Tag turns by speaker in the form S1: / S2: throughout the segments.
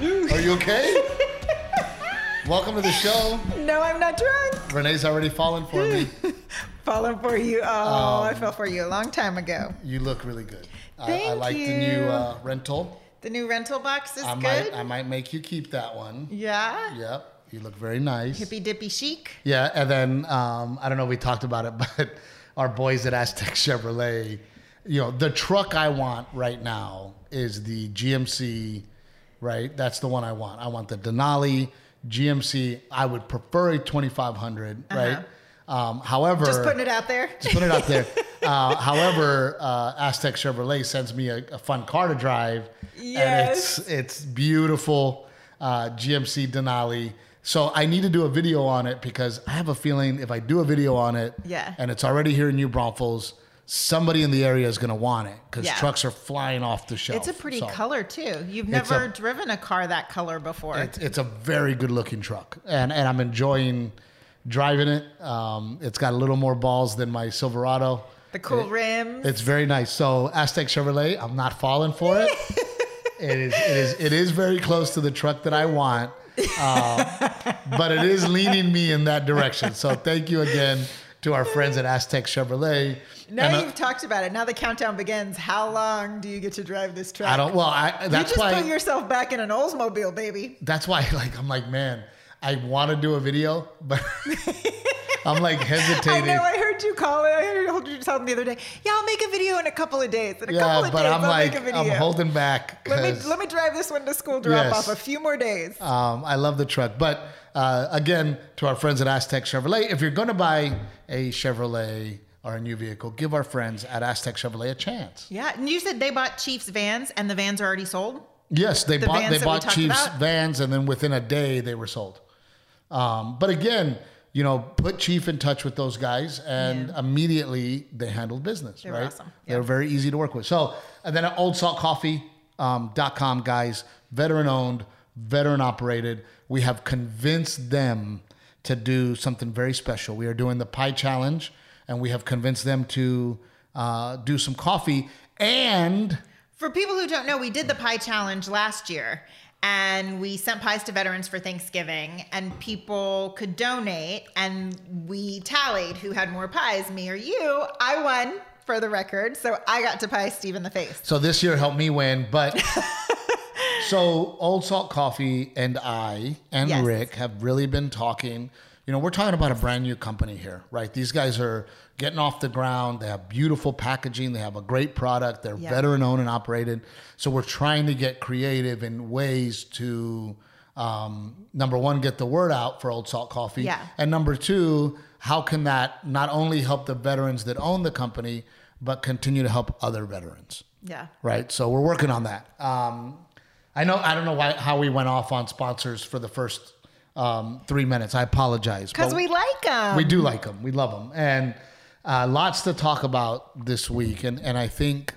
S1: you okay? Welcome to the show.
S2: No, I'm not drunk.
S1: Renee's already fallen for me.
S2: Falling for you. Oh,
S1: Um,
S2: I fell for you a long time ago.
S1: You look really good. I, I
S2: Thank
S1: like the
S2: you.
S1: new uh, rental.
S2: The new rental box is
S1: I
S2: good.
S1: might I might make you keep that one.
S2: yeah.
S1: Yep. You look very nice.
S2: Hippy dippy chic.
S1: Yeah, and then um, I don't know. We talked about it, but our boys at Aztec Chevrolet, you know, the truck I want right now is the GMC, right? That's the one I want. I want the Denali GMC. I would prefer a 2500, right? Um, however,
S2: Uh-huh. Just putting it out there.
S1: just put it out there. Uh, however, uh, Aztec Chevrolet sends me a, a fun car to drive,
S2: Yes.
S1: and it's it's beautiful uh, GMC Denali. So I need to do a video on it because I have a feeling if I do a video on it,
S2: Yeah.
S1: and it's already here in New Braunfels, somebody in the area is going to want it because
S2: Yeah.
S1: trucks are flying off the shelf.
S2: It's a pretty
S1: So
S2: color too. You've
S1: It's
S2: never
S1: a-
S2: driven a car that color before.
S1: It's, it's a very good looking truck, and and I'm enjoying driving it. Um, it's got a little more balls than my Silverado.
S2: the cool rims.
S1: It's very nice. So Aztec Chevrolet, I'm not falling for it. it is it is it is very close to the truck that I want, uh, but it is leaning me in that direction. So thank you again to our friends at Aztec Chevrolet.
S2: now
S1: And, uh,
S2: you've talked about it. Now the countdown begins. How long do you get to drive this truck?
S1: I don't. Well, I,
S2: you
S1: that's
S2: just
S1: why
S2: put yourself back in an Oldsmobile, baby.
S1: that's why like I'm like man, I want to do a video, but I'm like
S2: I
S1: hesitating.
S2: know. I heard you call it. I heard you tell them the other day. Yeah, I'll make a video in a couple of days. In a couple
S1: yeah,
S2: of
S1: but
S2: days,
S1: I'm
S2: will
S1: like
S2: make a video.
S1: I'm holding back.
S2: let me
S1: 'cause-
S2: let me drive this one to school drop
S1: Yes.
S2: off a few more days.
S1: Um, I love the truck. But uh, again, to our friends at Aztec Chevrolet, if you're going to buy a Chevrolet or a new vehicle, give our friends at Aztec Chevrolet a chance.
S2: Yeah, and you said they bought Chiefs vans, and the vans are already sold.
S1: Yes, they
S2: The
S1: bought
S2: vans
S1: they
S2: that we
S1: bought
S2: talked
S1: Chiefs
S2: about?
S1: vans, and then within a day they were sold. Um, but again, you know, put Chief in touch with those guys, and immediately they handled business.
S2: They were
S1: right?
S2: awesome.
S1: They were very easy to work with. So, and then at oldsaltcoffee.com, guys, veteran owned, veteran operated. We have convinced them to do something very special. We are doing the pie challenge, and we have convinced them to uh, do some coffee and.
S2: For people who don't know, we did the pie challenge last year, and we sent pies to veterans for Thanksgiving, and people could donate, and we tallied who had more pies, me or you. I won for the record, so I got to pie Steve in the face.
S1: So this year helped me win, but so Old Salt Coffee and I and
S2: Yes.
S1: Rick have really been talking. You know, we're talking about a brand new company here, right? These guys are getting off the ground. They have beautiful packaging. They have a great product. They're
S2: Yeah.
S1: veteran owned and operated. So we're trying to get creative in ways to um, number one, get the word out for Old Salt Coffee.
S2: Yeah.
S1: And number two, how can that not only help the veterans that own the company, but continue to help other veterans?
S2: Yeah.
S1: right? So we're working on that. Um, I know I don't know why how we went off on sponsors for the first um, three minutes. I apologize
S2: Because we like them.
S1: we do like them. We love them, and uh, lots to talk about this week. And and I think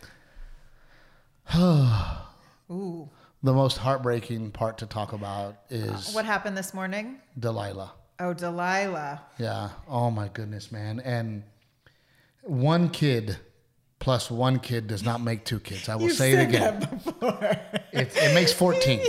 S1: the most heartbreaking part to talk about is
S2: what happened this morning?
S1: Delilah.
S2: Oh, Delilah.
S1: Yeah. Oh my goodness, man. And one kid plus one kid does not make two kids. I will say it again. It, it makes fourteen.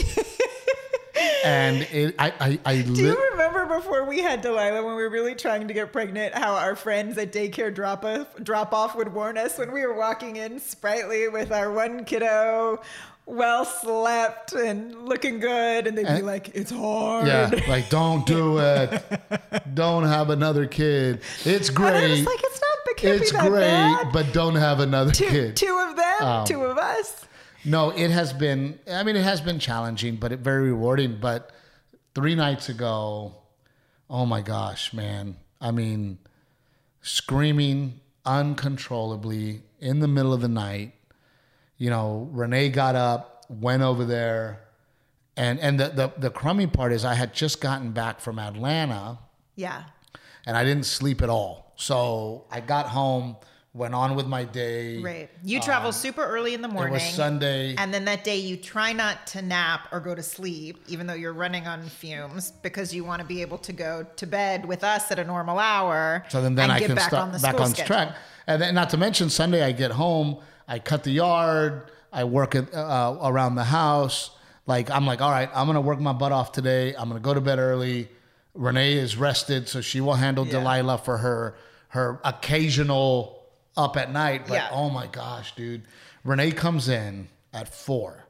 S1: and it, I, I, I
S2: Do
S1: li-
S2: you remember before we had Delilah when we were really trying to get pregnant, how our friends at daycare drop off, drop off would warn us when we were walking in sprightly with our one kiddo, well slept and looking good, and they'd be
S1: And-
S2: like, "It's hard."
S1: yeah, like don't do it. don't have another kid. It's
S2: and I
S1: great.
S2: was like, "It's not. It can't
S1: it's
S2: be that
S1: great,
S2: bad."
S1: but don't have another
S2: Two,
S1: kid.
S2: two of them,
S1: Um,
S2: two of us.
S1: No, it has been. I mean, it has been challenging, but it very rewarding. But three nights ago, oh my gosh, man! I mean, screaming uncontrollably in the middle of the night. You know, Renee got up, went over there, and and the the, the crummy part is I had just gotten back from Atlanta
S2: Yeah,
S1: and I didn't sleep at all. So I got home, went on with my day.
S2: right. You travel super early in the
S1: um, It
S2: morning.
S1: was Sunday.
S2: And then that day, you try not to nap or go to sleep, even though you're running on fumes, because you want to be able to go to bed with us at a normal hour.
S1: So then, then
S2: and
S1: I
S2: get
S1: can
S2: back
S1: start
S2: on the
S1: back
S2: school
S1: on
S2: schedule.
S1: track. And then, not to mention, Sunday I get home, I cut the yard, I work at, uh, around the house, Like I'm like, all right, I'm gonna work my butt off today. I'm gonna go to bed early. Renee is rested, so she will handle
S3: Yeah.
S1: Delilah for her her occasional up at night. But
S2: Yeah.
S1: oh my gosh, dude, Renee comes in at four.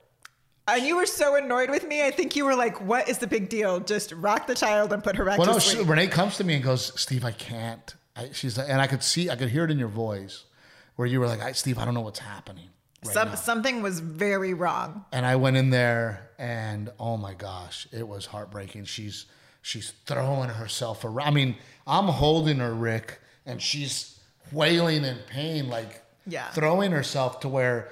S3: And you were so annoyed with me. I think you were like, "What is the big deal? Just rock the child and put her back
S1: Well,
S3: to
S1: no, she,
S3: sleep."
S1: Renee comes to me and goes, Steve, I can't. I, she's like, and I could see, I could hear it in your voice, where you were like, I, Steve, I don't know what's happening. right
S2: Some,
S1: now."
S2: something was very wrong.
S1: and I went in there and oh my gosh, it was heartbreaking. She's she's throwing herself around. I mean, I'm holding her, Rick, and she's wailing in pain, like
S3: Yeah.
S1: throwing herself to where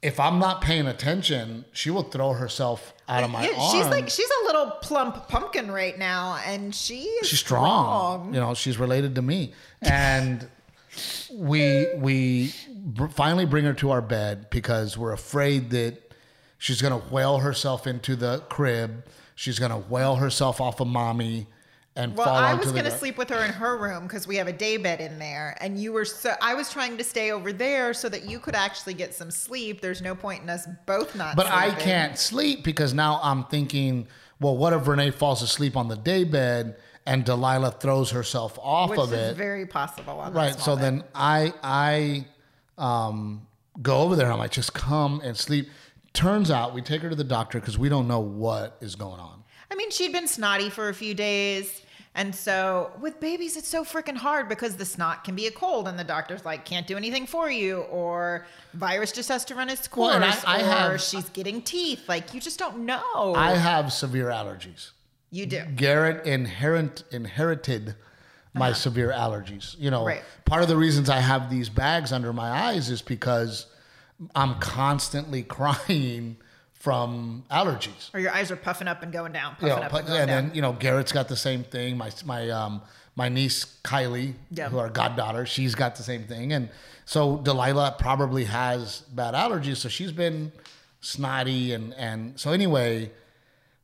S1: if I'm not paying attention, she will throw herself out of my
S2: Yeah,
S1: arm.
S2: she's like she's a little plump pumpkin right now, and she is
S1: she's strong.
S2: strong.
S1: You know, she's related to me, and we we br- finally bring her to our bed because we're afraid that she's gonna wail herself into the crib. She's gonna wail herself off of mommy and
S2: Well,
S1: fall
S2: I
S1: onto
S2: was
S1: the
S2: going to
S1: gr-
S2: sleep with her in her room because we have a day bed in there. And you were so, I was trying to stay over there so that you could actually get some sleep. There's no point in us both not
S1: But I
S2: sleeping.
S1: can't sleep because now I'm thinking, well, what if Renee falls asleep on the day bed and Delilah throws herself off
S2: Which
S1: of
S2: is
S1: it?
S2: very possible. On
S1: right so then i i um go over there and i'm like just come and sleep turns out we take her to the doctor because we don't know what is going on
S2: I mean, she'd been snotty for a few days. And so with babies, it's so freaking hard because the snot can be a cold, and the doctor's like, can't do anything for you, or virus just has to run its course,
S1: Well, and I- I
S2: or
S1: have-
S2: she's getting teeth. Like, you just don't know.
S1: i have severe allergies
S2: you do.
S1: garrett inherent inherited my severe allergies you know
S2: Right.
S1: part of the reasons i have these bags under my eyes is because i'm constantly crying from allergies
S2: Or your eyes are puffing up and going down, puffing
S1: you know,
S2: up
S1: but-
S2: and
S1: and,
S2: going down.
S1: then you know Garrett's got the same thing. My my um my niece Kylie,
S2: Yeah.
S1: who our goddaughter, she's got the same thing, and so Delilah probably has bad allergies, so she's been snotty and and so anyway,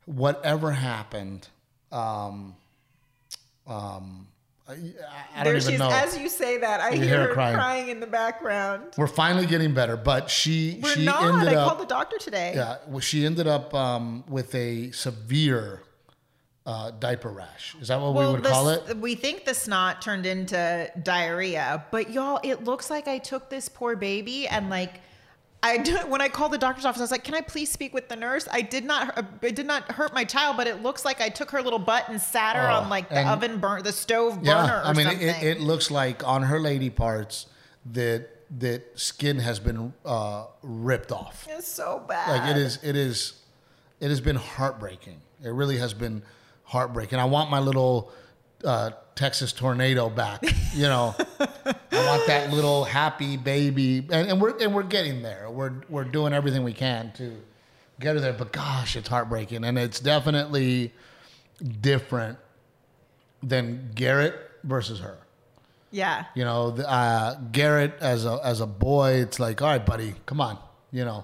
S1: whatever happened, um, um, I, I don't
S3: there
S1: even
S3: she's.
S1: know.
S3: As you say that, I
S1: You
S3: hear,
S1: hear her
S3: her
S1: crying.
S3: crying. in the background.
S1: We're finally getting better, but she
S3: We're
S1: she
S3: not.
S1: ended
S3: I
S1: up
S3: called the doctor today.
S1: Yeah, well, she ended up um, with a severe uh, diaper rash. Is that what we would
S2: the
S1: call
S2: s-
S1: it?
S2: We think the snot turned into diarrhea, but y'all, it looks like I took this poor baby and like. I do, when I called the doctor's office, I was like, "Can I please speak with the nurse? I did not, uh, it did not hurt my child, but it looks like I took her little butt and sat her
S1: Oh,
S2: on like the
S1: and-
S2: oven burn, the stove burner
S1: Yeah,
S2: or
S1: I mean,
S2: something."
S1: it, it looks like on her lady parts that that skin has been uh, ripped off.
S3: It's so bad.
S1: Like it is, it is, it has been heartbreaking. It really has been heartbreaking. I want my little uh, Texas tornado back. You know, I want that little happy baby, and, and we're and we're getting there. We're we're doing everything we can to get her there. But gosh, it's heartbreaking, and it's definitely different than Garrett versus her.
S2: yeah,
S1: You know, the, uh, Garrett as a as a boy, it's like, all right, buddy, come on. You know,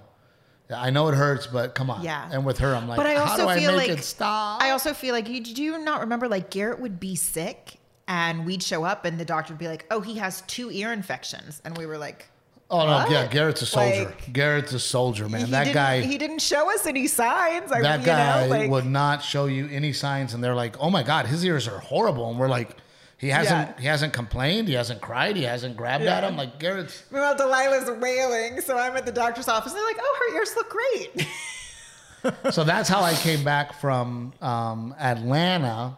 S1: I know it hurts, but come on.
S2: Yeah.
S1: And with her, I'm like,
S2: but I
S1: how
S2: also
S1: do I
S2: feel
S1: make
S2: like
S1: it stop?
S2: I also feel like you do you not remember like Garrett would be sick and we'd show up and the doctor would be like, "Oh, he has two ear infections," and we were like,
S1: oh no,
S2: What?
S1: yeah, Garrett's a soldier.
S3: Like-
S1: Garrett's a soldier, man.
S3: He
S1: that
S3: didn't-
S1: guy,
S3: He didn't show us any signs. I,
S1: that
S3: you
S1: guy
S3: Know, like,
S1: would not show you any signs, and they're like, oh my god, his ears are horrible, and we're like. He hasn't.
S3: Yeah.
S1: He hasn't complained. He hasn't cried. He hasn't grabbed at him. Like Garrett's.
S3: Meanwhile, Delilah's wailing, so I'm at the doctor's office. And they're like, "Oh, her ears look great."
S1: So that's how I came back from um, Atlanta.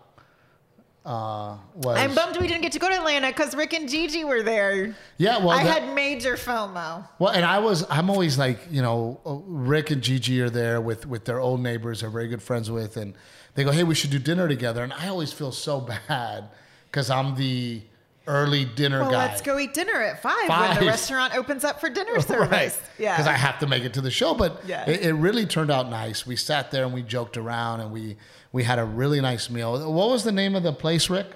S1: Uh, was
S2: I'm bummed we didn't get to go to Atlanta because Rick and Gigi were there.
S1: yeah. Well,
S3: I
S1: that-
S3: had major FOMO.
S1: Well, and I was, I'm always like, you know, uh, Rick and Gigi are there with with their old neighbors, they're very good friends with, and they go, hey, we should do dinner together, and I always feel so bad because I'm the early dinner
S2: Well,
S1: guy.
S2: let's go eat dinner at five, when
S1: Five.
S2: the restaurant opens up for dinner service.
S3: Yeah.
S1: Because I have to make it to the show. But
S3: Yeah.
S1: it, it really turned out nice. We sat there and we joked around and we we had a really nice meal. What was the name of the place, Rick?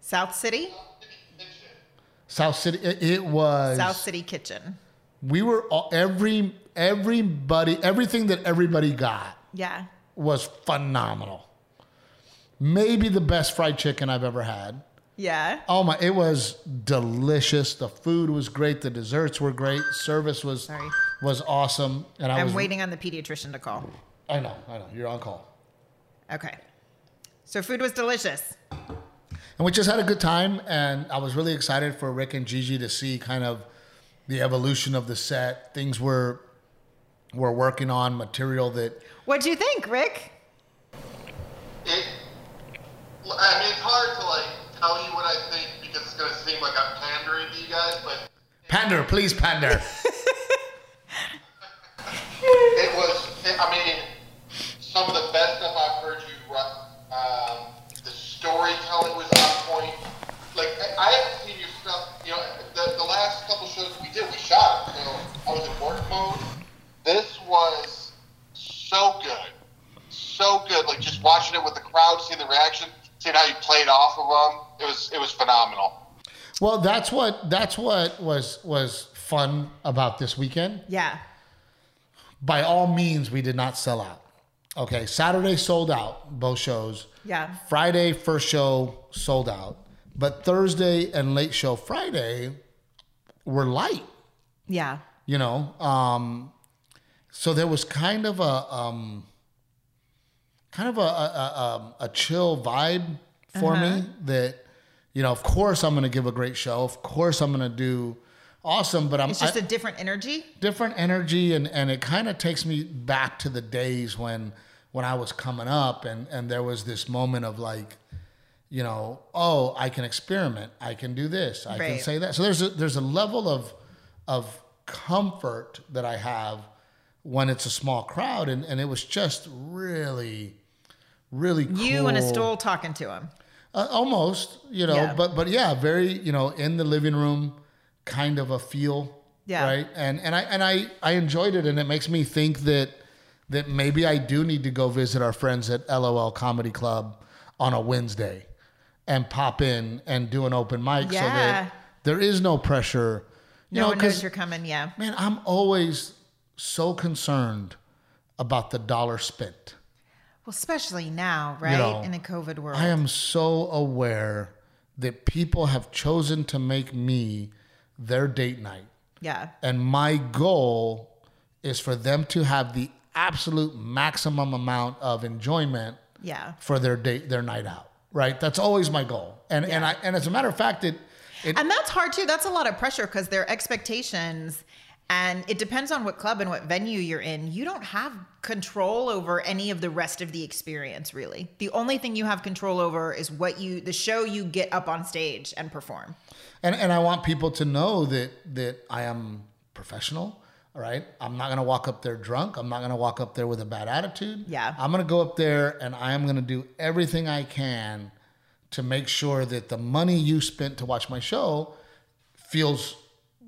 S4: South City, I think,
S2: South City,
S1: South
S4: South City Kitchen.
S1: City. It, it was
S2: South City Kitchen.
S1: We were all, every everybody everything that everybody got
S2: Yeah,
S1: was phenomenal. Maybe the best fried chicken I've ever had.
S3: Yeah.
S1: Oh my! It was delicious. The food was great. The desserts were great. Service was
S2: Sorry.
S1: was awesome. And I
S2: I'm
S1: was
S2: waiting on the pediatrician to call.
S1: I know. I know. You're on call.
S2: Okay. So food was delicious.
S1: and we just had a good time and i was really excited for rick and gigi to see kind of the evolution of the set things were we're working on material that
S2: What'd you think, Rick?
S4: It, I mean, it's hard to like tell you what I think because it's gonna seem like I'm pandering to you guys, but
S1: pander please pander
S4: it was. It, I mean, some of the best stuff I've heard you. ru- Um, the storytelling was on point. Like I- I haven't seen your stuff. You know, the, the last couple shows we did, we shot. it, So I was in work mode. This was so good, so good. Like just watching it with the crowd, seeing the reaction, seeing how you played off of them. It was it was phenomenal.
S1: well that's what that's what was was fun about this weekend
S2: Yeah.
S1: by all means we did not sell out okay saturday sold out both shows
S2: Yeah.
S1: Friday, first show sold out. But Thursday and late show Friday were light,
S2: Yeah.
S1: you know. Um, so there was kind of a um, kind of a a, a, a chill vibe for
S2: Uh-huh.
S1: me that you know. Of course, I'm going to give a great show. Of course, I'm going to do awesome. But I'm
S2: It's just
S1: I-
S2: a different energy.
S1: different energy and and it kind of takes me back to the days when when I was coming up and and there was this moment of like you know oh I can experiment I can do this I can
S2: Right.
S1: say that so there's a there's a level of of comfort that I have when it's a small crowd and and it was just really really cool.
S2: You and a stool talking to him.
S1: Uh, almost, you know,
S2: Yeah.
S1: but but yeah, very, you know, in the living room kind of a feel,
S2: Yeah.
S1: right? And and I and I I enjoyed it and it makes me think that that maybe I do need to go visit our friends at LOL Comedy Club on a Wednesday and pop in and do an open mic so
S2: Yeah.
S1: that there is no pressure. You
S2: No
S1: know,
S2: one knows
S1: 'cause,
S2: you're coming. Yeah.
S1: man, I'm always so concerned about the dollar spent.
S2: Well, especially now, right?
S1: know,
S2: In the COVID world.
S1: I am so aware that people have chosen to make me their date night.
S2: yeah.
S1: And my goal is for them to have the absolute maximum amount of enjoyment
S2: Yeah.
S1: for their date their night out. Right? That's always my goal. And and I and as a matter of fact it it
S2: And that's hard too. That's a lot of pressure because their expectations and it depends on what club and what venue you're in. You don't have control over any of the rest of the experience, really. The only thing you have control over is what you, the show you get up on stage and perform.
S1: and and I want people to know that that I am professional. All right, I'm not gonna walk up there drunk. I'm not gonna walk up there with a bad attitude.
S2: Yeah.
S1: I'm gonna go up there and I am gonna do everything I can to make sure that the money you spent to watch my show feels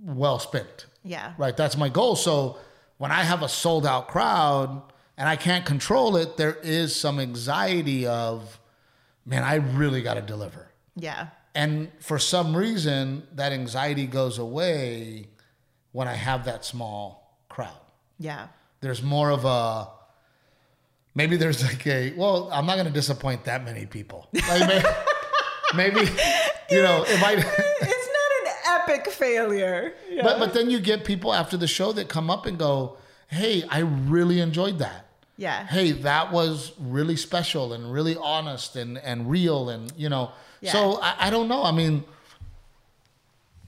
S1: well spent.
S2: Yeah.
S1: Right. That's my goal. So when I have a sold out crowd and I can't control it, there is some anxiety of, man, I really got to deliver.
S2: Yeah.
S1: And for some reason, that anxiety goes away when I have that small crowd.
S2: Yeah.
S1: There's more of a maybe there's like a well, I'm not going to disappoint that many people. Like may- maybe, you know, if I
S3: It's not an epic failure. Yeah.
S1: but but then you get people after the show that come up and go, "Hey, I really enjoyed that."
S2: Yeah.
S1: hey, that was really special and really honest and, and real and you know. So I, I don't know. I mean,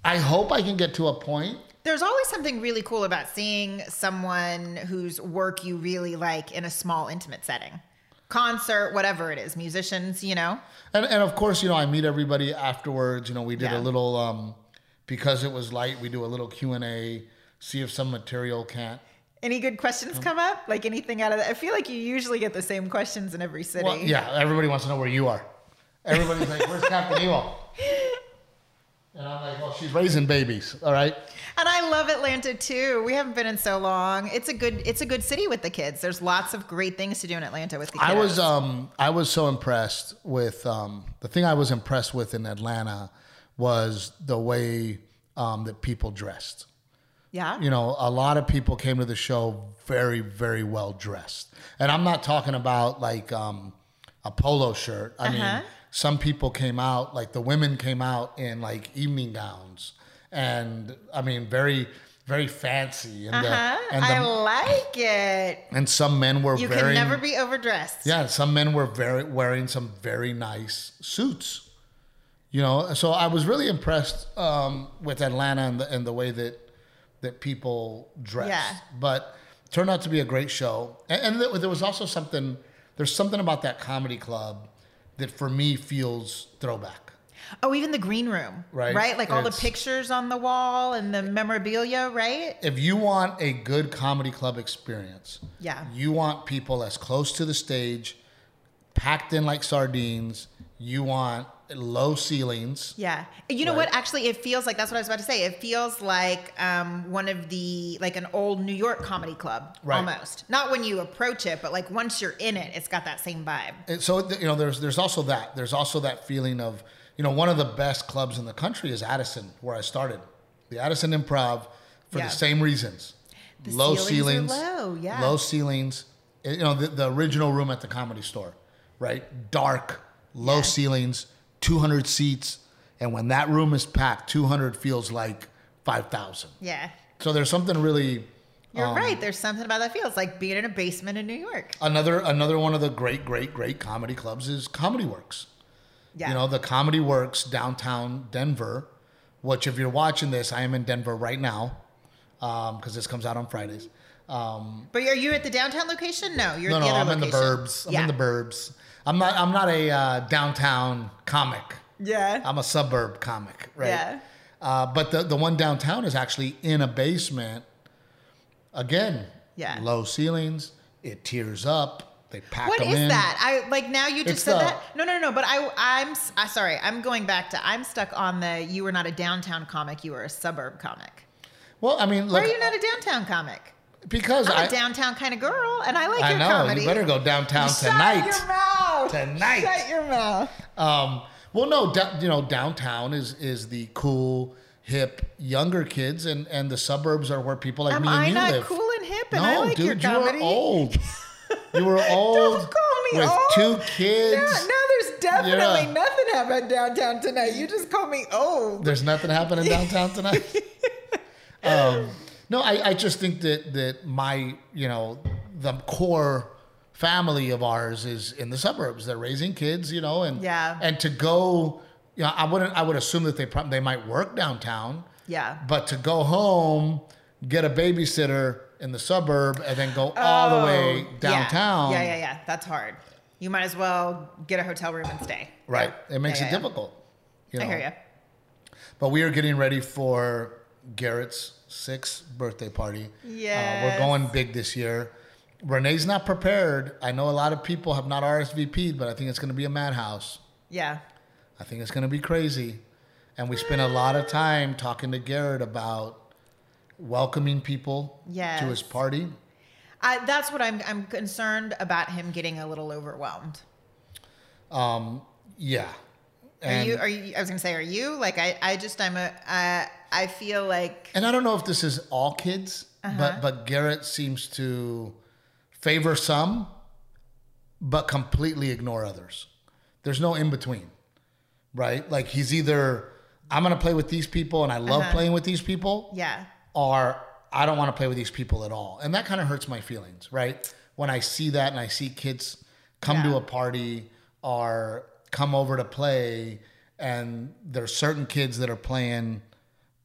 S1: I hope I can get to a point.
S2: There's always something really cool about seeing someone whose work you really like in a small, intimate setting. Concert, whatever it is, musicians, you know?
S1: And and of course, you know, I meet everybody afterwards. You know, we did
S2: Yeah.
S1: a little um because it was light, we do a little Q and A, see if some material can't.
S3: Any good questions come up? Like anything out of that? I feel like you usually get the same questions in every city.
S1: Well, yeah, everybody wants to know where you are. Everybody's like, "Where's Captain Evil?" And I'm like, "Well, she's raising babies, all right."
S2: And I love Atlanta too. We haven't been in so long. It's a good it's a good city with the kids. There's lots of great things to do in Atlanta with the kids.
S1: I was um I was so impressed with um the thing I was impressed with in Atlanta was the way um that people dressed.
S2: yeah.
S1: You know, a lot of people came to the show very very
S2: Uh-huh.
S1: well dressed. And I'm not talking about like um a polo shirt. I mean, some people came out, like the women came out in like evening gowns, and I mean, very, very fancy. And
S2: Huh?
S1: the, and, the,
S2: Uh-huh. I like it.
S1: and some men were
S2: You
S1: very.
S2: can never be overdressed.
S1: Yeah, some men were very wearing some very nice suits. You know, so I was really impressed um, with Atlanta and the, and the way that that people dress.
S2: Yeah.
S1: But turned out to be a great show. And, and there- there was also something there's something about that comedy club that for me feels throwback.
S2: Oh, even the green room.
S1: Right.
S2: Right? Like all the
S1: It's-
S2: pictures on the wall and the memorabilia, right?
S1: If you want a good comedy club experience,
S2: Yeah.
S1: you want people as close to the stage, packed in like sardines. You want low ceilings.
S2: Yeah. You know
S1: Right.
S2: what? Actually, it feels like that's what I was about to say. It feels like um, one of the, like an old New York comedy club
S1: Right.
S2: almost. Not when you approach it, but like once you're in it, it's got that same vibe.
S1: And so th- you know, there's there's also that. There's also that feeling of you know, one of the best clubs in the country is Addison, where I started, the Addison Improv, for
S2: Yeah.
S1: the same reasons.
S2: The ceilings are low, yeah.
S1: Low ceilings. Eh, You know, the, the original room at the comedy store, right? Dark, low
S2: Yeah.
S1: ceilings, 200 seats, and when that room is packed, 200 feels like 5,000.
S2: Yeah.
S1: So there's something really
S2: You're
S1: Um,
S2: right. There's something about that feels like being in a basement in New York.
S1: another another one of the great great great comedy clubs is Comedy Works.
S2: Yeah.
S1: You know, the Comedy Works downtown Denver, which, if you're watching this, I am in Denver right now because this comes out on Fridays.
S2: but are you at the downtown location? No, you're
S1: No,
S2: at
S1: no,
S2: the other
S1: I'm in the
S2: location.
S1: burbs. I'm
S2: yeah.
S1: in the burbs. I'm not. I'm not a uh, downtown comic.
S3: Yeah.
S1: I'm a suburb comic, right?
S3: Yeah.
S1: Uh, but the the one downtown is actually in a basement. Again,
S2: Yeah.
S1: Low ceilings. It tears up. They pack
S2: What
S1: them
S2: is
S1: in.
S2: that? I like now you just
S1: It's
S2: said
S1: the-
S2: that. No, no, no. But I, I'm s- I, sorry. I'm going back to I'm stuck on the. You were not a downtown comic. You were a suburb comic.
S1: Well, I mean,
S2: Why
S1: look,
S2: are you not a downtown comic?
S1: because
S2: I'm a
S1: I,
S2: downtown kind of girl, and I like
S1: I
S2: your
S1: know
S2: comedy.
S1: you better go downtown
S3: Shut
S1: tonight.
S3: your mouth.
S1: Tonight.
S3: Shut your mouth.
S1: Um, well, no, da- you know, downtown is is the cool, hip, younger kids, and and the suburbs are where people like
S2: Am
S1: me and
S2: I
S1: you
S2: not
S1: live.
S2: cool and hip?
S1: no,
S2: And I like
S1: dude,
S2: your
S1: you
S2: comedy.
S1: were old. You were old
S3: call me
S1: with
S3: old.
S1: two
S3: Now,
S1: kids.
S3: now there's definitely
S1: Yeah.
S3: nothing happening downtown tonight. You just call me old.
S1: There's nothing happening downtown tonight. um, no, I, I just think that that my you know the core family of ours is in the suburbs. They're raising kids, you know, and
S2: Yeah.
S1: and to go, you know, I wouldn't. I would assume that they prob- they might work downtown.
S2: Yeah.
S1: But to go home, get a babysitter in the suburb, and then go all the way downtown.
S2: Oh, Yeah. yeah, yeah, yeah. That's hard. You might as well get a hotel room and stay.
S1: Right. It makes
S2: Yeah,
S1: it
S2: yeah, yeah.
S1: difficult. You know?
S2: I hear you.
S1: But we are getting ready for Garrett's sixth birthday party.
S2: Yes.
S1: Uh, we're going big this year. Renee's not prepared. I know a lot of people have not RSVP'd, but I think it's going to be a madhouse.
S2: Yeah.
S1: I think it's going to be crazy. And we spent a lot of time talking to Garrett about welcoming people
S2: Yes.
S1: to his party.
S2: I, that's what I'm. I'm concerned about him getting a little overwhelmed.
S1: Yeah.
S2: Are
S1: And,
S2: you? Are you? I was gonna say, are you? Like, I. I just. I'm a. Uh, I feel like.
S1: and I don't know if this is all kids, but but Garrett seems to favor some, but completely ignore others. There's no in between, right? Like he's either I'm gonna play with these people and I love playing with these people,
S2: Yeah.
S1: or I don't want to play with these people at all, and that kind of hurts my feelings, right? When I see that and I see kids come to
S2: Yeah.
S1: a party or come over to play, and there's certain kids that are playing,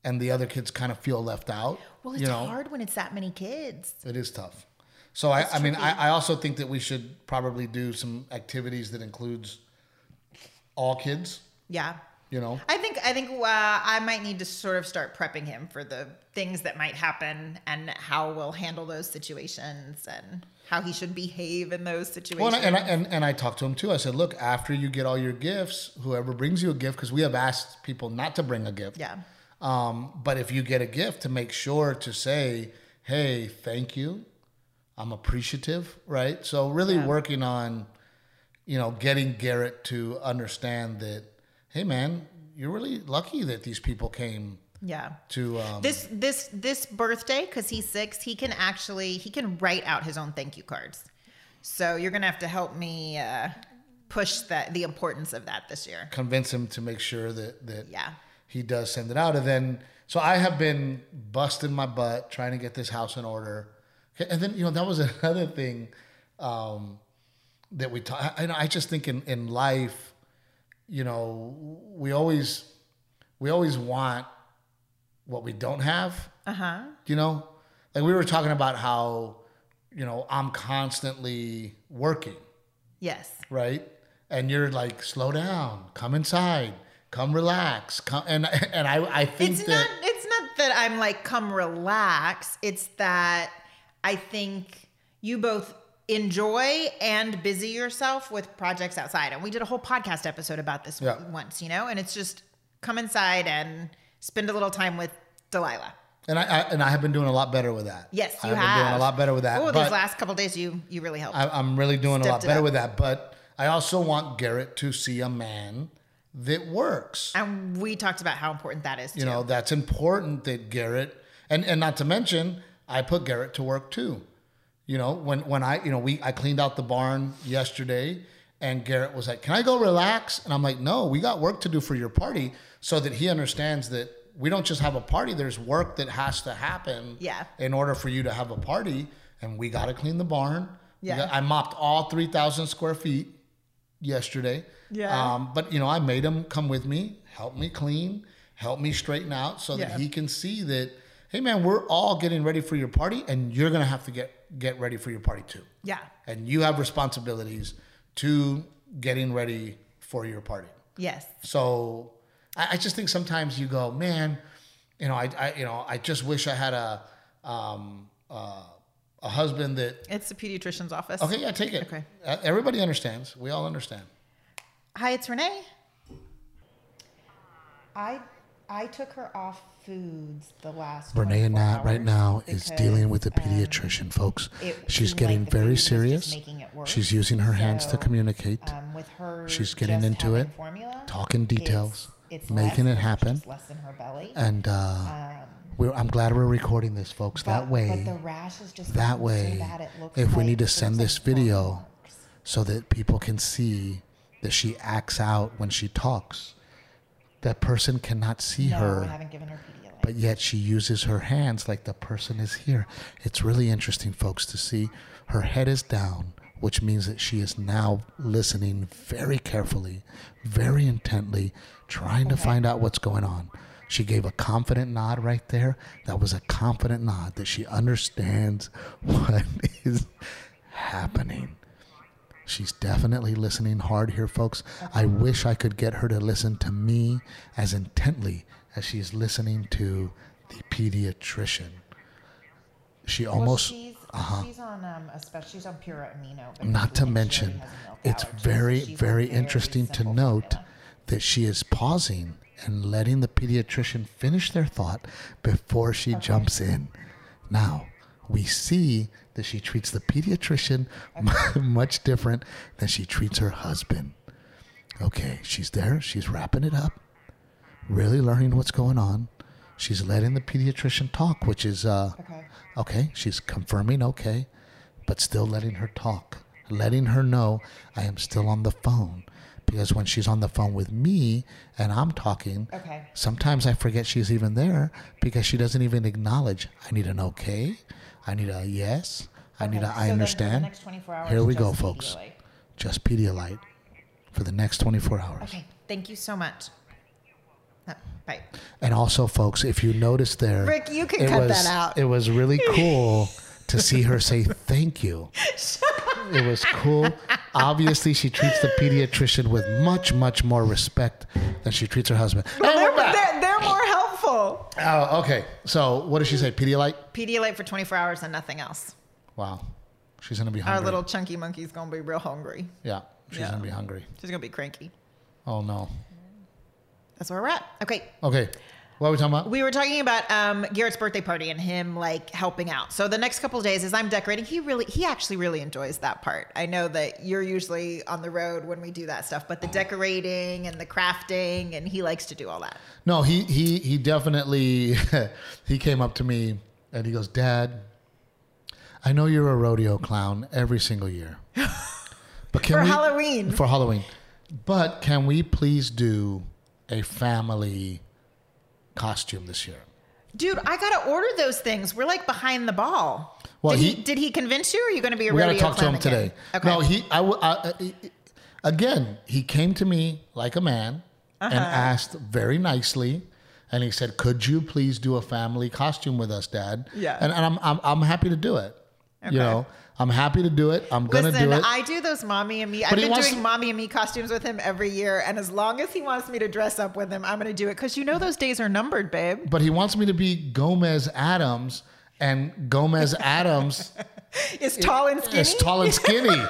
S1: and the other kids kind of feel left out.
S2: Well, it's
S1: you know?
S2: hard when it's that many kids.
S1: It is tough. So I, I mean, I, I also think that we should probably do some activities that includes all kids.
S2: Yeah.
S1: You know,
S2: I think. I think. Uh, I might need to sort of start prepping him for the things that might happen and how we'll handle those situations and how he should behave in those situations.
S1: well, and I, and, and I talked to him too. I said, look, after you get all your gifts, whoever brings you a gift, because we have asked people not to bring a gift.
S2: yeah.
S1: Um, but if you get a gift, to make sure to say, "Hey, thank you, I'm appreciative." Right. So really working on, you know, getting Garrett to understand that, hey, man, you're really lucky that these people came
S2: Yeah.
S1: to. Um,
S2: This this this birthday because he's six, he can actually he can write out his own thank you cards. So you're gonna have to help me uh, push the the importance of that this year.
S1: convince him to make sure that that
S2: Yeah.
S1: he does send it out. And then, so I have been busting my butt trying to get this house in order. And then, you know, that was another thing um, that we talk. I, I just think in, in life, you know, we always we always want what we don't have. Uh huh.
S2: Uh-huh.
S1: You know, like we were talking about how, you know, I'm constantly working
S2: Yes.
S1: right? And you're like, slow down, come inside, come relax, come. And and I I think
S2: It's
S1: that
S2: not it's not that I'm like come relax. It's that I think you both enjoy and busy yourself with projects outside. And we did a whole podcast episode about this
S1: Yeah.
S2: once, you know, and it's just come inside and spend a little time with Delilah.
S1: and I, I and I have been doing a lot better with that.
S2: Yes, you
S1: I've
S2: have.
S1: been doing a lot better with that.
S2: Oh, these
S1: but
S2: last couple days you you really helped.
S1: I, I'm really doing a lot
S2: Stepped it
S1: better
S2: up.
S1: with that. But I also want Garrett to see a man that works.
S2: and we talked about how important that is too.
S1: You know, that's important that Garrett and and not to mention I put Garrett to work too. You know, when when I you know we I cleaned out the barn yesterday and Garrett was like, "Can I go relax?" And I'm like, "No, we got work to do for your party so that he understands that we don't just have a party, there's work that has to happen
S2: Yeah.
S1: in order for you to have a party and we got to clean the barn." We
S2: Yeah.
S1: got- I mopped all 3,000 square feet yesterday.
S3: Yeah.
S1: Um, but you know, I made him come with me, help me clean, help me straighten out, so
S3: Yeah.
S1: that he can see that, hey man, we're all getting ready for your party, and you're gonna have to get get ready for your party too.
S2: yeah.
S1: And you have responsibilities to getting ready for your party.
S2: Yes.
S1: So I, I just think sometimes you go, man, you know, I, I you know, I just wish I had a um, uh, a husband that
S3: It's the pediatrician's office.
S1: okay, yeah, take it.
S2: Okay.
S1: Uh, everybody understands. We all understand.
S2: Hi, it's Renee. I I took her off foods the last.
S1: Renee
S2: 24
S1: Anat right
S2: hours
S1: now is
S2: because,
S1: dealing with a
S2: um,
S1: pediatrician, folks.
S2: it
S1: She's
S2: seemed
S1: getting
S2: like the food
S1: very
S2: was just
S1: serious.
S2: making it worse.
S1: She's using her hands to
S2: So,
S1: communicate,
S2: um, with her,
S1: She's getting
S2: just
S1: into
S2: having
S1: it,
S2: Formula,
S1: talking details,
S2: it's, it's
S1: making
S2: less,
S1: it happen.
S2: It's less in her belly.
S1: And uh, we're, I'm glad we're recording this, folks. that
S2: um, But-
S1: way,
S2: but the rash is just
S1: that
S2: so
S1: way,
S2: bad it looks
S1: if we
S2: like-
S1: need to
S2: it
S1: send
S2: looks
S1: this
S2: like
S1: video
S2: bookmarks.
S1: so that people can see that she acts out when she talks, that person cannot see
S2: No,
S1: her.
S2: I haven't given her Pedialyte.
S1: but yet she uses her hands like the person is here. It's really interesting, folks, to see her head is down, which means that she is now listening very carefully, very intently, trying to find out what's going on. She gave a confident nod right there. That was a confident nod that she understands what is happening. She's definitely listening hard here, folks. I wish I could get her to listen to me as intently as she's listening to the pediatrician. She
S2: Well,
S1: almost, uh-huh.
S2: she's, she's on um, a special, she's on pure amino. but
S1: not
S2: we
S1: to
S2: think she
S1: mention,
S2: already has a milk
S1: it's
S2: allergy, so
S1: very,
S2: she's on
S1: very interesting to
S2: simple
S1: note
S2: formula.
S1: that she is pausing and letting the pediatrician finish their thought before she jumps in. Now, we see that she treats the pediatrician much different than she treats her husband. Okay, she's there. She's wrapping it up, really learning what's going on. She's letting the pediatrician talk, which is uh,
S2: Okay.
S1: okay. She's confirming okay, but still letting her talk, letting her know I am still on the phone. Because when she's on the phone with me and I'm talking,
S2: Okay.
S1: sometimes I forget she's even there because she doesn't even acknowledge I need an okay, I need a yes, I need
S2: Okay,
S1: a I
S2: so then for the
S1: understand.
S2: next 24 hours,
S1: Here we go,
S2: just
S1: folks.
S2: Pedialyte.
S1: Just Pedialyte for the next 24 hours.
S2: Okay. Thank you so much. Uh, bye.
S1: And also, folks, if you notice there,
S2: Rick, you can cut that
S1: was,
S2: out.
S1: It was really cool to see her say thank you. It was cool. Obviously, she treats the pediatrician with much, much more respect than she treats her husband.
S2: Oh,
S1: And
S3: They're,
S1: we're back.
S3: they're, they're more helpful.
S1: Oh, okay. So, what did she say? Pedialyte?
S2: Pedialyte for 24 hours and nothing else.
S1: Wow, she's gonna be
S3: Our
S1: hungry.
S3: little chunky monkey's gonna be real hungry.
S1: yeah, she's
S3: Yeah.
S1: gonna be hungry.
S3: She's gonna be cranky.
S1: Oh no.
S2: That's where we're at. Okay.
S1: Okay, what are we talking about?
S2: We were talking about um, Garrett's birthday party and him like helping out. So the next couple of days, as I'm decorating, he really, he actually really enjoys that part. I know that you're usually on the road when we do that stuff, but the decorating and the crafting, and he likes to do all that.
S1: No, he he he definitely he came up to me and he goes, "Dad, I know you're a rodeo clown every single year, But can
S3: For
S1: we-
S3: Halloween.
S1: For Halloween. But can we please do a family costume this year?
S2: Dude, I gotta order those things. We're like behind the ball.
S1: Well,
S2: did he,
S1: he-
S2: did he convince you, or are you gonna be a
S1: we got
S2: rodeo
S1: to talk to
S2: clown
S1: him
S2: again?
S1: today. No, he. I, w- I- I- again, he came to me like a man and
S2: Uh-huh.
S1: asked very nicely, and he said, "Could you please do a family costume with us, Dad?"
S3: Yeah.
S1: and, and I'm, I'm I'm happy to do it.
S2: Okay.
S1: You know, I'm happy to do it. I'm gonna
S2: Listen,
S1: do it.
S2: I do those mommy and me. I've
S1: But he
S2: been
S1: wants
S2: doing
S1: to-
S2: mommy and me costumes with him every year, and as long as he wants me to dress up with him, I'm gonna do it because you know those days are numbered, babe.
S1: but he wants me to be Gomez Adams, and Gomez Adams
S3: It's tall and skinny.
S1: is tall and skinny.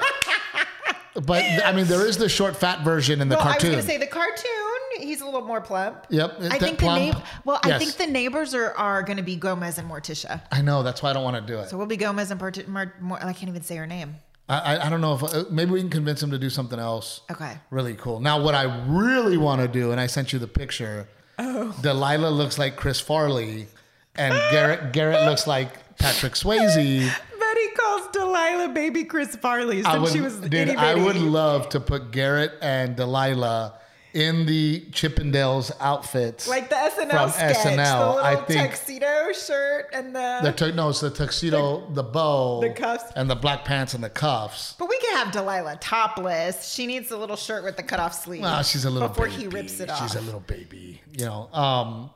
S1: But I mean, there is the short, fat version in the
S2: well,
S1: cartoon.
S2: I was gonna say the cartoon. He's a little more plump.
S1: Yep,
S2: I
S1: that
S2: think
S1: plump.
S2: the neighbor. Well, I
S1: Yes.
S2: think the neighbors are are gonna be Gomez and Morticia.
S1: I know that's why I don't want to do it.
S2: So we'll be Gomez and Mort- Mort- Mort- I can't even say her name.
S1: I, I- I don't know if uh, maybe we can convince him to do something else.
S2: Okay.
S1: Really cool. Now, what I really want to do, and I sent you the picture. Oh. Delilah looks like Chris Farley, and Garrett Garrett looks like Patrick Swayze.
S3: Betty calls Delilah baby Chris Farley since
S1: I would,
S3: she was
S1: dude,
S3: itty
S1: I
S3: bitty.
S1: would love to put Garrett and Delilah in the Chippendales outfits.
S3: like the SNL
S1: From
S3: sketch, the
S1: SNL,
S3: little
S1: I think-
S3: tuxedo shirt and the.
S1: the tu- no, it's the tuxedo, the, bow,
S3: the cuffs.
S1: and the black pants and the cuffs.
S2: But we could have Delilah topless. She needs a little shirt with the cut off sleeve.
S1: Well, she's a little
S2: before
S1: baby.
S2: he rips it
S1: She's
S2: off.
S1: a little baby, you know. Um,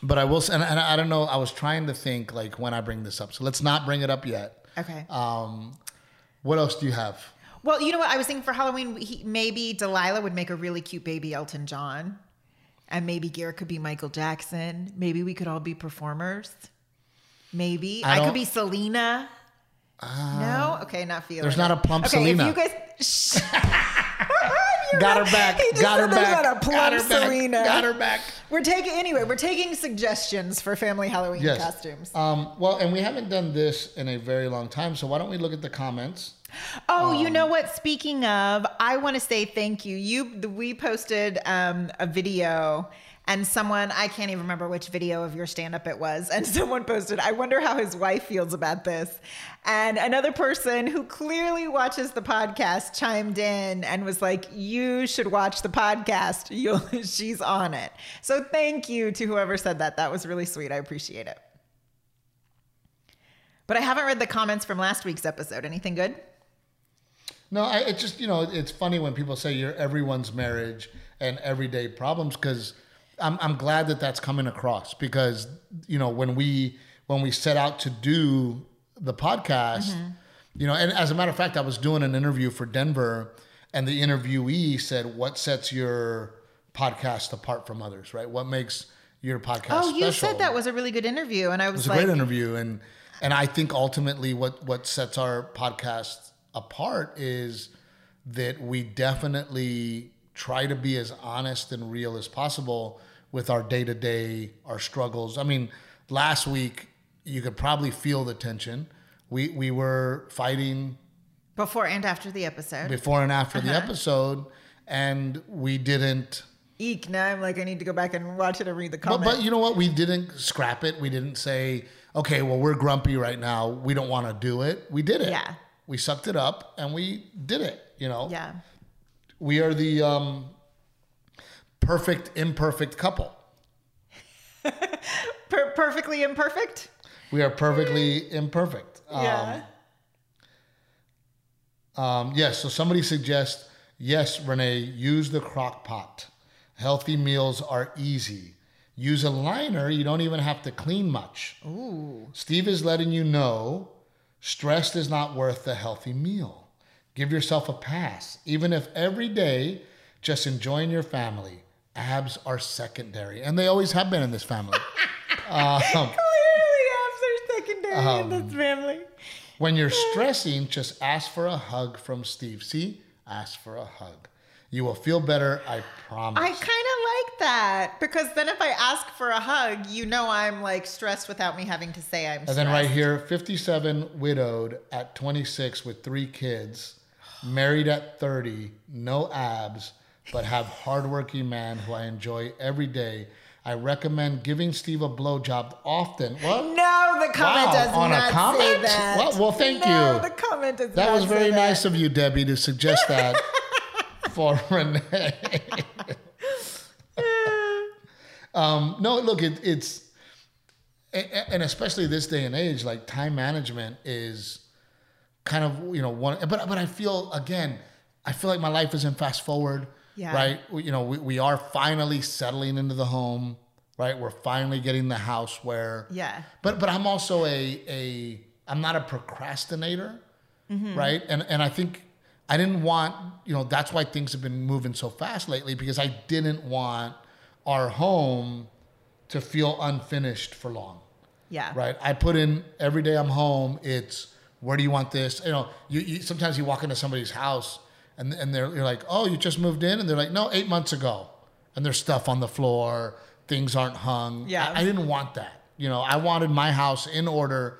S1: but I will, s- and, and I don't know. I was trying to think like when I bring this up, so let's not bring it up yet.
S2: okay.
S1: What else do you have?
S2: well, you know what? I was thinking for Halloween, he, maybe Delilah would make a really cute baby Elton John, and maybe Garrett could be Michael Jackson. Maybe we could all be performers. Maybe
S1: I
S2: I,
S1: don't- Ah.
S2: could be Selena. no, okay, not feeling.
S1: There's
S2: it.
S1: not a plump
S2: okay,
S1: Selena.
S2: If you guys,
S1: Got her back.
S3: He just
S1: Got her
S3: said there's
S1: back.
S3: not a plump
S1: got her back.
S3: Selena.
S1: Got her back.
S2: we're taking anyway. We're taking suggestions for family Halloween
S1: Yes.
S2: costumes.
S1: Um, well, and we haven't done this in a very long time, so why don't we look at the comments?
S2: Oh, you know what? Speaking of, I want to say thank you. You, the- we posted um, a video, and someone I can't even remember which video of your stand up it was, and someone posted, "I wonder how his wife feels about this." And another person who clearly watches the podcast chimed in and was like, "You should watch the podcast. You'll, she's on it." So thank you to whoever said that. That was really sweet. I appreciate it. But I haven't read the comments from last week's episode. Anything good?
S1: No, I, it's just you know it's funny when people say you're everyone's marriage and everyday problems because I'm I'm glad that that's coming across because you know when we when we set out to do the podcast,
S2: Mm-hmm.
S1: you know, and as a matter of fact, I was doing an interview for Denver, and the interviewee said, "What sets your podcast apart from others? Right? What makes your podcast?"
S2: Oh, you
S1: special?"
S2: said that was a really good interview, and I was,
S1: It's a
S2: like,
S1: great interview, and and I think ultimately what what sets our podcast apart is that we definitely try to be as honest and real as possible with our day to day, our struggles. I mean, last week you could probably feel the tension. We we were fighting
S2: before and after the episode.
S1: before and after the episode, and we didn't.
S3: Eek! Now I'm like, I need to go back and watch it and read the
S1: But,
S3: comments.
S1: but you know what? We didn't scrap it. We didn't say, okay, well, we're grumpy right now. We don't want to do it. We did it.
S2: Yeah.
S1: We sucked it up and we did it. You know,
S2: yeah,
S1: we are the um, perfect, imperfect couple.
S2: per- perfectly imperfect.
S1: We are perfectly imperfect.
S3: yeah.
S1: Um, yes. So somebody suggests, yes, Renee, use the crock pot. Healthy meals are easy. Use a liner. You don't even have to clean much. Ooh. Steve is letting you know stressed is not worth the healthy meal. Give yourself a pass, even if every day just enjoying your family. Abs are secondary, and they always have been in this family. Um,
S3: Clearly, abs are secondary in this family.
S1: When you're stressing, just ask for a hug from Steve. See? Ask for a hug. You will feel better, I promise.
S2: I kind of like that because then if I ask for a hug, you know I'm like stressed without me having to say I'm.
S1: and then right here, 57 widowed at 26 with three kids, married at 30, no abs, but have hardworking man who I enjoy every day. I recommend giving Steve a blowjob often. What?
S3: No, the comment
S1: Wow,
S3: does
S1: on a
S3: not say
S1: comment?
S3: that.
S1: Well- well, thank
S3: no,
S1: you.
S3: the comment does
S1: That
S3: not
S1: was
S3: say
S1: very
S3: that.
S1: nice of you, Debbie, to suggest that for Renee. um, no, look, it, it's a- a- and especially this day and age, like time management is kind of you know one. But but I feel again, I feel like my life is in fast forward.
S2: Yeah.
S1: Right. We- You know, we, we are finally settling into the home. Right. We're finally getting the house where
S2: Yeah.
S1: but but I'm also a a I'm not a procrastinator, right? And and I think I didn't want you know that's why things have been moving so fast lately because I didn't want our home to feel unfinished for long,
S2: Yeah.
S1: right? I put in every day I'm home. It's where do you want this? You know, you, you sometimes you walk into somebody's house and and they're you're like, oh, you just moved in, and they're like, no, eight months ago, and there's stuff on the floor, things aren't hung.
S3: Yeah.
S1: I, I didn't want that. You know, I wanted my house in order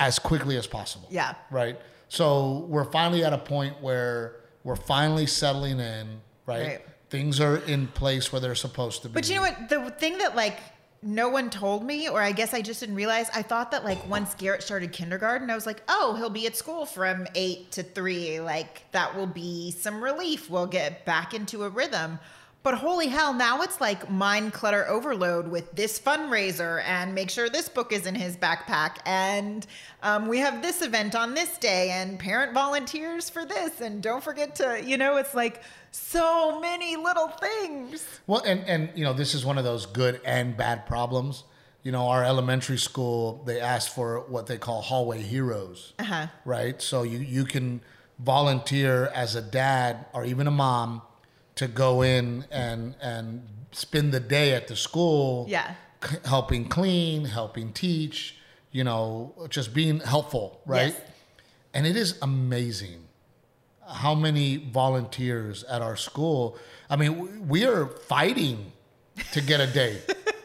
S1: as quickly as possible.
S3: Yeah.
S1: Right. So we're finally at a point where we're finally settling in. Right.
S3: Right.
S1: Things are in place where they're supposed to be.
S2: But you know what? The thing that like no one told me, or I guess I just didn't realize, I thought that like once Garrett started kindergarten, I was like, oh, he'll be at school from eight to three. Like that will be some relief. We'll get back into a rhythm. But holy hell, now it's like mind clutter overload with this fundraiser and make sure this book is in his backpack. And um, we have this event on this day and parent volunteers for this. And don't forget to, you know, it's like so many little things.
S1: Well, and and you know, this is one of those good and bad problems. You know, our elementary school they ask for what they call hallway heroes,
S2: Uh-huh.
S1: right? So you you can volunteer as a dad or even a mom to go in and and spend the day at the school,
S2: Yeah.
S1: c- helping clean, helping teach, you know, just being helpful, right?
S2: Yes.
S1: And it is amazing how many volunteers at our school. I mean, w- we are fighting to get a day.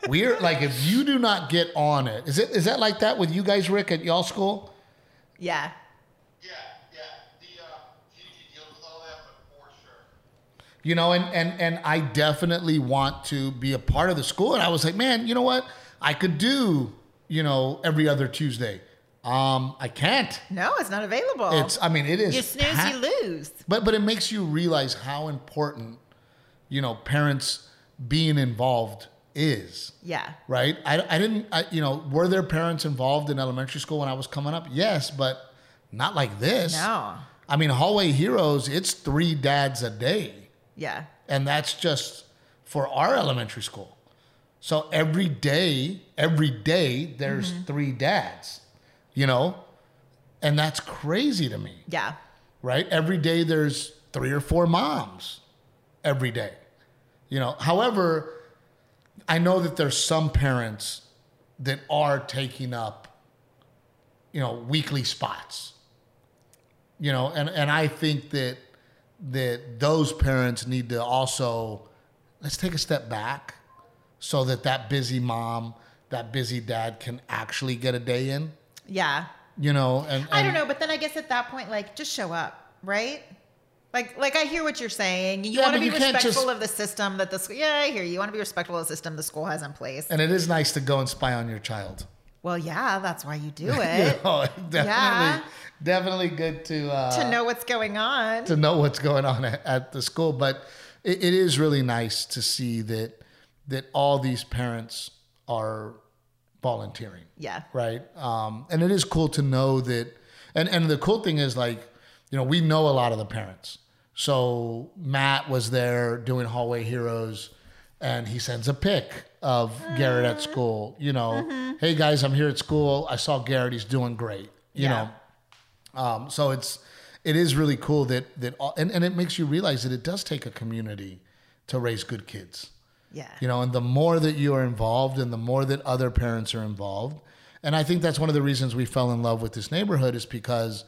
S1: we are like, if you do not get on it, is it is that like that with you guys, Rick, at y'all school?
S2: Yeah.
S4: Yeah, yeah. The uh, Gigi deals with all that, but for sure.
S1: you know and and and i definitely want to be a part of the school and i was like man you know what i could do you know every other tuesday um i can't
S2: No, it's not available.
S1: it's i mean it is
S2: you snooze,
S1: packed.
S2: you lose.
S1: but but it makes you realize how important you know parents being involved is
S2: Yeah.
S1: right? I, I didn't, I, you know, were there parents involved in elementary school when I was coming up? Yes, but not like this.
S2: No.
S1: I mean, Hallway Heroes, it's three dads a day,
S2: Yeah.
S1: and that's just for our elementary school. So every day, every day, there's three dads, you know? And that's crazy to me
S2: Yeah.
S1: right? Every day there's three or four moms every day. You know, however, I know that there's some parents that are taking up you know weekly spots. You know, and and I think that that those parents need to also let's take a step back so that that busy mom, that busy dad can actually get a day in,
S2: Yeah.
S1: you know, and,
S2: I don't
S1: and-
S2: know, but then I guess at that point, like, just show up, right? Like, like I hear what you're saying. You
S1: Yeah,
S2: want to
S1: but
S2: be
S1: you can't
S2: respectful
S1: just-
S2: of the system that the school. Yeah, I hear you. You want to be respectful of the system the school has in place.
S1: and it is nice to go and spy on your child.
S2: Well, yeah, that's why you do it
S1: You know, definitely,
S2: Yeah.
S1: definitely good to uh,
S2: to know what's going on.
S1: to know what's going on at, at the school. But it, it is really nice to see that that all these parents are volunteering,
S2: yeah.
S1: right? Um, and it is cool to know that. And and the cool thing is like, you know, we know a lot of the parents. So Matt was there doing hallway heroes, and he sends a pic of Garrett at school. You know,
S2: Mm-hmm.
S1: hey guys, I'm here at school. I saw Garrett. He's doing great. You
S2: Yeah.
S1: know, um, so it's it is really cool that that all, and and it makes you realize that it does take a community to raise good kids.
S2: Yeah.
S1: You know, and the more that you are involved and the more that other parents are involved. And I think that's one of the reasons we fell in love with this neighborhood is because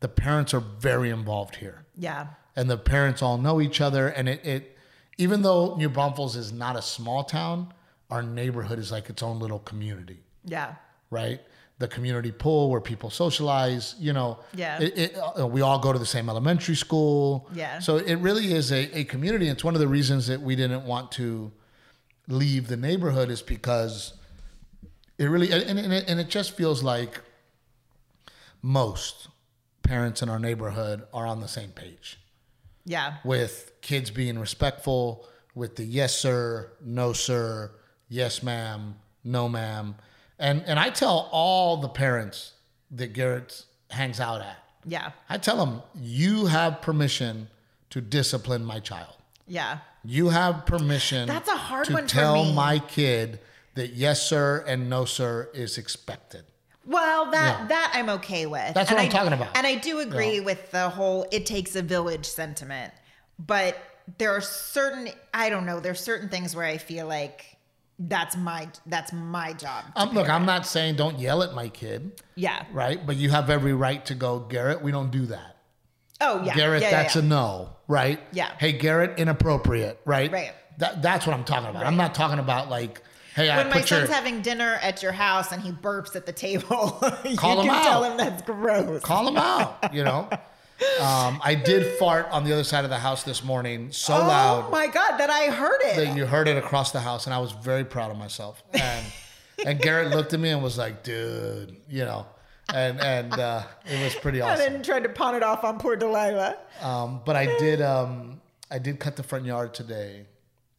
S1: the parents are very involved here.
S2: Yeah.
S1: And the parents all know each other. And it, it even though New Braunfels is not a small town, our neighborhood is like its own little community
S2: Yeah.
S1: right? The community pool where people socialize, you know.
S2: Yeah.
S1: It, it, uh, we all go to the same elementary school.
S2: Yeah.
S1: So it really is a, a community. It's one of the reasons that we didn't want to leave the neighborhood is because it really and, and, it, and it just feels like most parents in our neighborhood are on the same page
S2: Yeah.
S1: with kids being respectful, with the yes sir, no sir, yes ma'am, no ma'am. And and I tell all the parents that Garrett hangs out at.
S2: Yeah.
S1: I tell them, you have permission to discipline my child.
S2: Yeah.
S1: You have permission
S2: That's a hard
S1: to
S2: one for
S1: tell
S2: me.
S1: my kid that yes sir and no sir is expected.
S2: Well, that
S1: Yeah.
S2: that I'm okay with.
S1: That's
S2: And
S1: what I'm
S2: I-
S1: talking about.
S2: And I do agree
S1: Yeah.
S2: with the whole "it takes a village" sentiment, but there are certain I don't know. There's certain things where I feel like that's my that's my job.
S1: Um, look, I'm not saying don't yell at my kid,
S2: Yeah.
S1: right? But you have every right to go, Garrett, we don't do that.
S2: Oh yeah.
S1: Garrett,
S2: Yeah, yeah,
S1: that's
S2: yeah.
S1: a no, right?
S2: Yeah.
S1: Hey, Garrett, inappropriate, right?
S2: Right.
S1: That, that's what I'm talking about. I'm
S2: Right.
S1: not talking about like, hey, I
S2: When my
S1: put your
S2: son's having dinner at your house and he burps at the table, you
S1: Call him
S2: can tell
S1: out.
S2: him that's gross.
S1: call them out, you know. Um, I did fart on the other side of the house this morning so
S2: Oh
S1: loud
S2: my god, that I heard it.
S1: that you heard it across the house, and I was very proud of myself. And and Garrett looked at me and was like, "Dude," you know, and and uh, it was pretty
S3: And
S1: awesome.
S3: then tried to pawn it off on poor Delilah.
S1: Um, but I did um, I did cut the front yard today,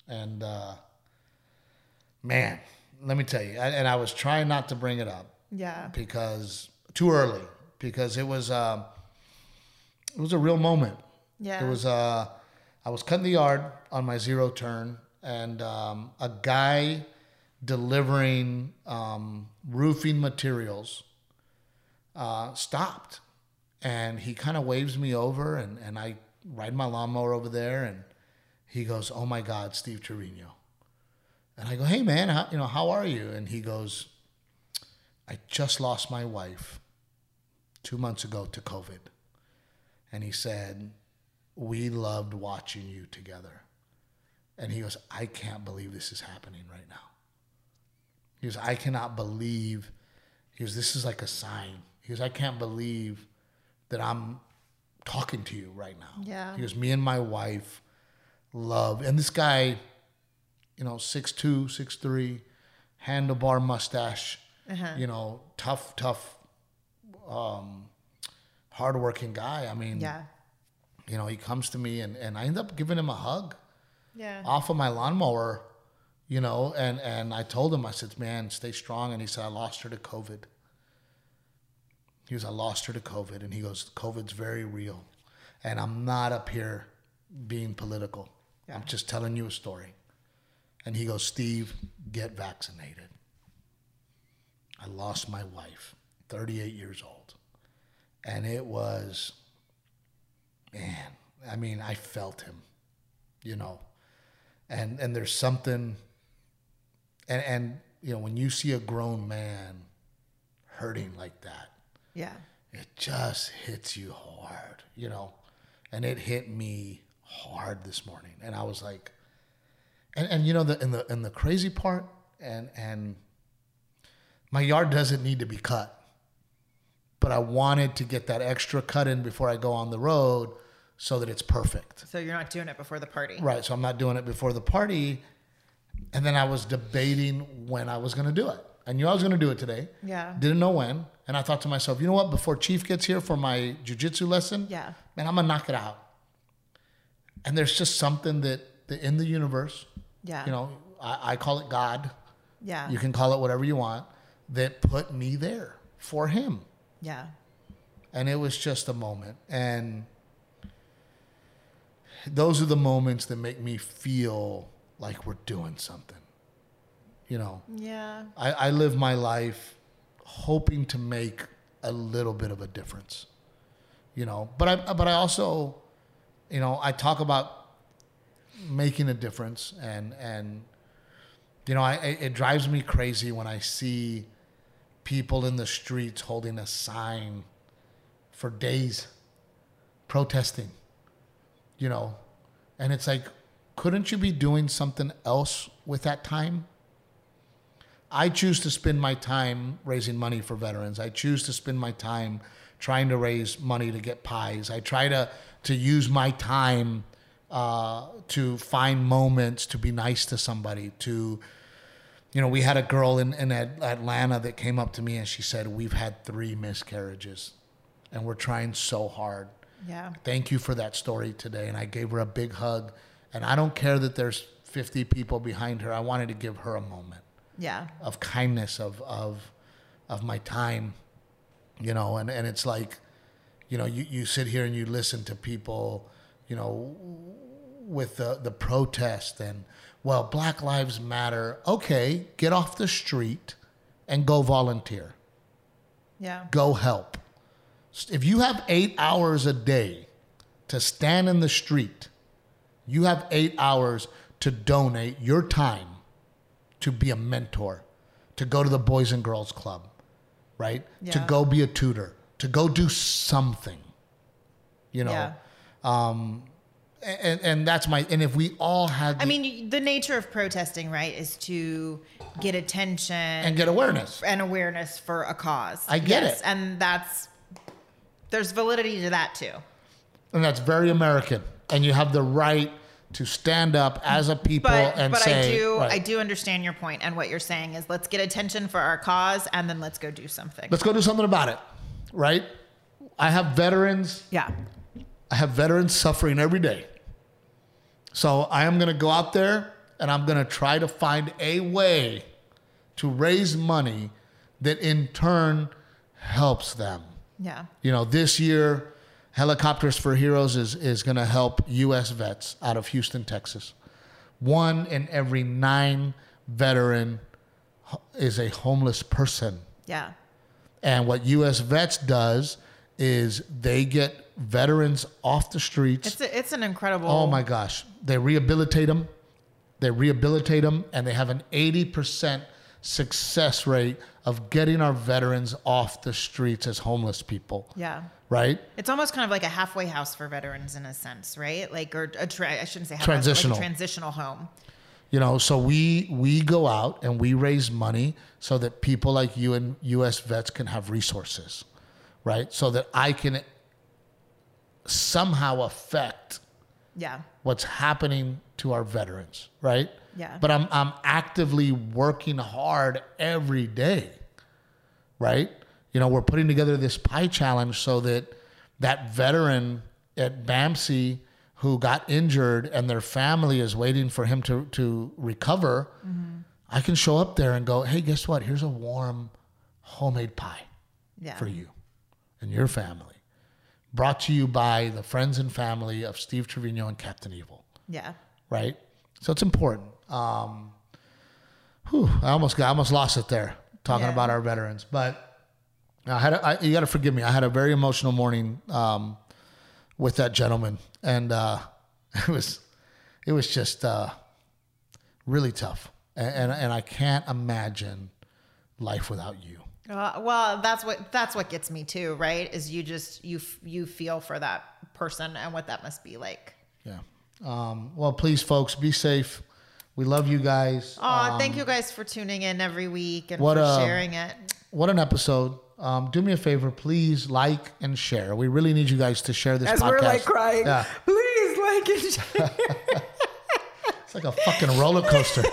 S1: and uh, man, let me tell you. And, and I was trying not to bring it up
S3: Yeah.
S1: because too early because it was um, it was a real moment.
S2: Yeah.
S1: It was uh, I was cutting the yard on my zero turn, and um, a guy delivering um, roofing materials uh, stopped, and he kind of waves me over, and and I ride my lawnmower over there, and he goes, "Oh my God, Steve Trevino," and I go, "Hey man, how, you know how are you?" And he goes, "I just lost my wife two months ago to COVID," and he said we loved watching you together. And he goes, I can't believe this is happening right now. He goes, I cannot believe. He goes, this is like a sign. He goes, I can't believe that I'm talking to you right now.
S2: Yeah.
S1: He goes, me and my wife love. And this guy, you know, 6'2, 6'3, handlebar mustache, you know, tough, tough, um, hardworking guy. I mean,
S2: yeah.
S1: you know, he comes to me and, and I end up giving him a hug
S2: Yeah.
S1: off of my lawnmower, you know, and, and I told him, I said, man, stay strong. And he said, I lost her to COVID. He goes, I lost her to COVID. And he goes, COVID's very real. And I'm not up here being political. I'm just telling you a story. And he goes, Steve, get vaccinated. I lost my wife, 38 years old. And it was, man, I mean, I felt him, you know. And and there's something and and you know, when you see a grown man hurting like that,
S2: Yeah.
S1: it just hits you hard, you know. And it hit me hard this morning. And I was like and, and you know the in the in the crazy part and and my yard doesn't need to be cut. But I wanted to get that extra cut in before I go on the road so that it's perfect.
S2: So you're not doing it before the party.
S1: Right. So I'm not doing it before the party. And then I was debating when I was going to do it. I knew I was going to do it today.
S2: Yeah.
S1: Didn't know when. And I thought to myself, you know what? Before Chief gets here for my jujitsu lesson,
S2: Yeah.
S1: man, I'm going to knock it out. And there's just something that, that in the universe,
S2: Yeah.
S1: you know, I, I call it God.
S2: Yeah.
S1: You can call it whatever you want, that put me there for him
S2: yeah.
S1: and it was just a moment and those are the moments that make me feel like we're doing something you know
S2: Yeah.
S1: i, I live my life hoping to make a little bit of a difference you know but i but i also you know i talk about making a difference and and you know I, it it drives me crazy when i see people in the streets holding a sign for days protesting you know and it's like couldn't you be doing something else with that time i choose to spend my time raising money for veterans i choose to spend my time trying to raise money to get pies i try to to use my time uh, to find moments to be nice to somebody. To, you know, we had a girl in, in At- Atlanta that came up to me and she said, We've had three miscarriages and we're trying so hard.
S2: Yeah.
S1: Thank you for that story today. And I gave her a big hug. And I don't care that there's 50 people behind her, I wanted to give her a moment
S2: Yeah.
S1: of kindness of of of my time you know and and it's like you know you, you sit here and you listen to people you know with the the protest and well black lives matter okay get off the street and go volunteer
S2: Yeah.
S1: go help if you have 8 hours a day to stand in the street you have 8 hours to donate your time to be a mentor, to go to the Boys and Girls Club, right? To
S2: Yeah.
S1: go be a tutor, to go do something, you know? Um,
S2: Yeah.
S1: And, and that's my, and if we all had,
S2: I
S1: the-
S2: mean, y- the nature of protesting, right, is to get attention
S1: and
S2: and,
S1: get awareness.
S2: awareness for a cause.
S1: I get it.
S2: And that's, there's validity to that too.
S1: And that's very American. And you have the right to stand up as a people
S2: But,
S1: and
S2: but
S1: say,
S2: I do
S1: right,
S2: I do understand your point and what you're saying is let's get attention for our cause and then let's go do something.
S1: let's go do something about it, right? I have veterans
S3: Yeah.
S1: I have veterans suffering every day. So I am going to go out there and I'm going to try to find a way to raise money that in turn helps them.
S2: yeah.
S1: You know, this year, Helicopters for Heroes is, is going to help U.S. vets out of Houston, Texas. One in every nine veteran ho- is a homeless person.
S2: Yeah.
S1: And what U.S. Vets does is they get veterans off the streets.
S2: It's a, it's an incredible
S1: Oh my gosh. They rehabilitate them. They rehabilitate them and they have an 80% success rate of getting our veterans off the streets as homeless people.
S2: Yeah.
S1: Right?
S2: It's almost kind of like a halfway house for veterans in a sense, right? Like or a tra- I shouldn't say halfway house, but like a
S1: Transitional.
S2: transitional home.
S1: You know, so we we go out and we raise money so that people like you and US vets can have resources. Right? So that I can somehow affect
S2: Yeah.
S1: what's happening to our veterans, right?
S2: Yeah.
S1: But I'm I'm actively working hard every day, right? You know, we're putting together this pie challenge so that that veteran at BAMSI who got injured and their family is waiting for him to to recover, I can show up there and go, "Hey, guess what? Here's a warm homemade pie
S2: Yeah.
S1: for you and your family." Brought to you by the friends and family of Steve Trevino and Captain Evil
S2: Yeah.
S1: right? So it's important. Um, whew, I almost got, I almost lost it there talking
S2: Yeah.
S1: about our veterans, but I had, a, I, you got to forgive me. I had a very emotional morning um, with that gentleman, and uh, it was, it was just uh, really tough, and, and and I can't imagine life without you.
S2: Uh, well, that's what that's what gets me too, right? Is you just you f- you feel for that person and what that must be like.
S1: Yeah. Um, well, please, folks, be safe. We love you guys.
S2: Oh, thank you guys for tuning in every week and
S1: Um, what,
S2: for
S1: uh,
S2: sharing it.
S1: what an episode. Um, do me a favor, please like and share. We really need you guys to share this
S3: As
S1: podcast.
S3: we're like crying,
S1: Yeah.
S3: please like and share.
S1: It's like a fucking roller coaster.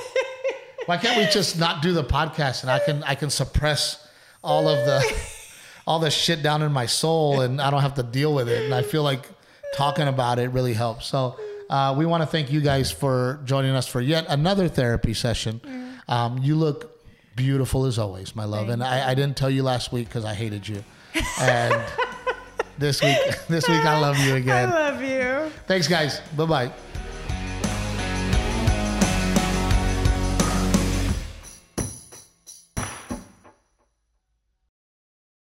S1: Why can't we just not do the podcast and I can I can suppress all of the all the shit down in my soul and I don't have to deal with it and I feel like talking about it really helps. So uh, we want to thank you guys for joining us for yet another therapy session. Um, you look beautiful as always, my love, and I, I didn't tell you last week because I hated you, and this week this week I love you
S3: I
S1: again.
S3: love you.
S1: Thanks, guys. Bye bye.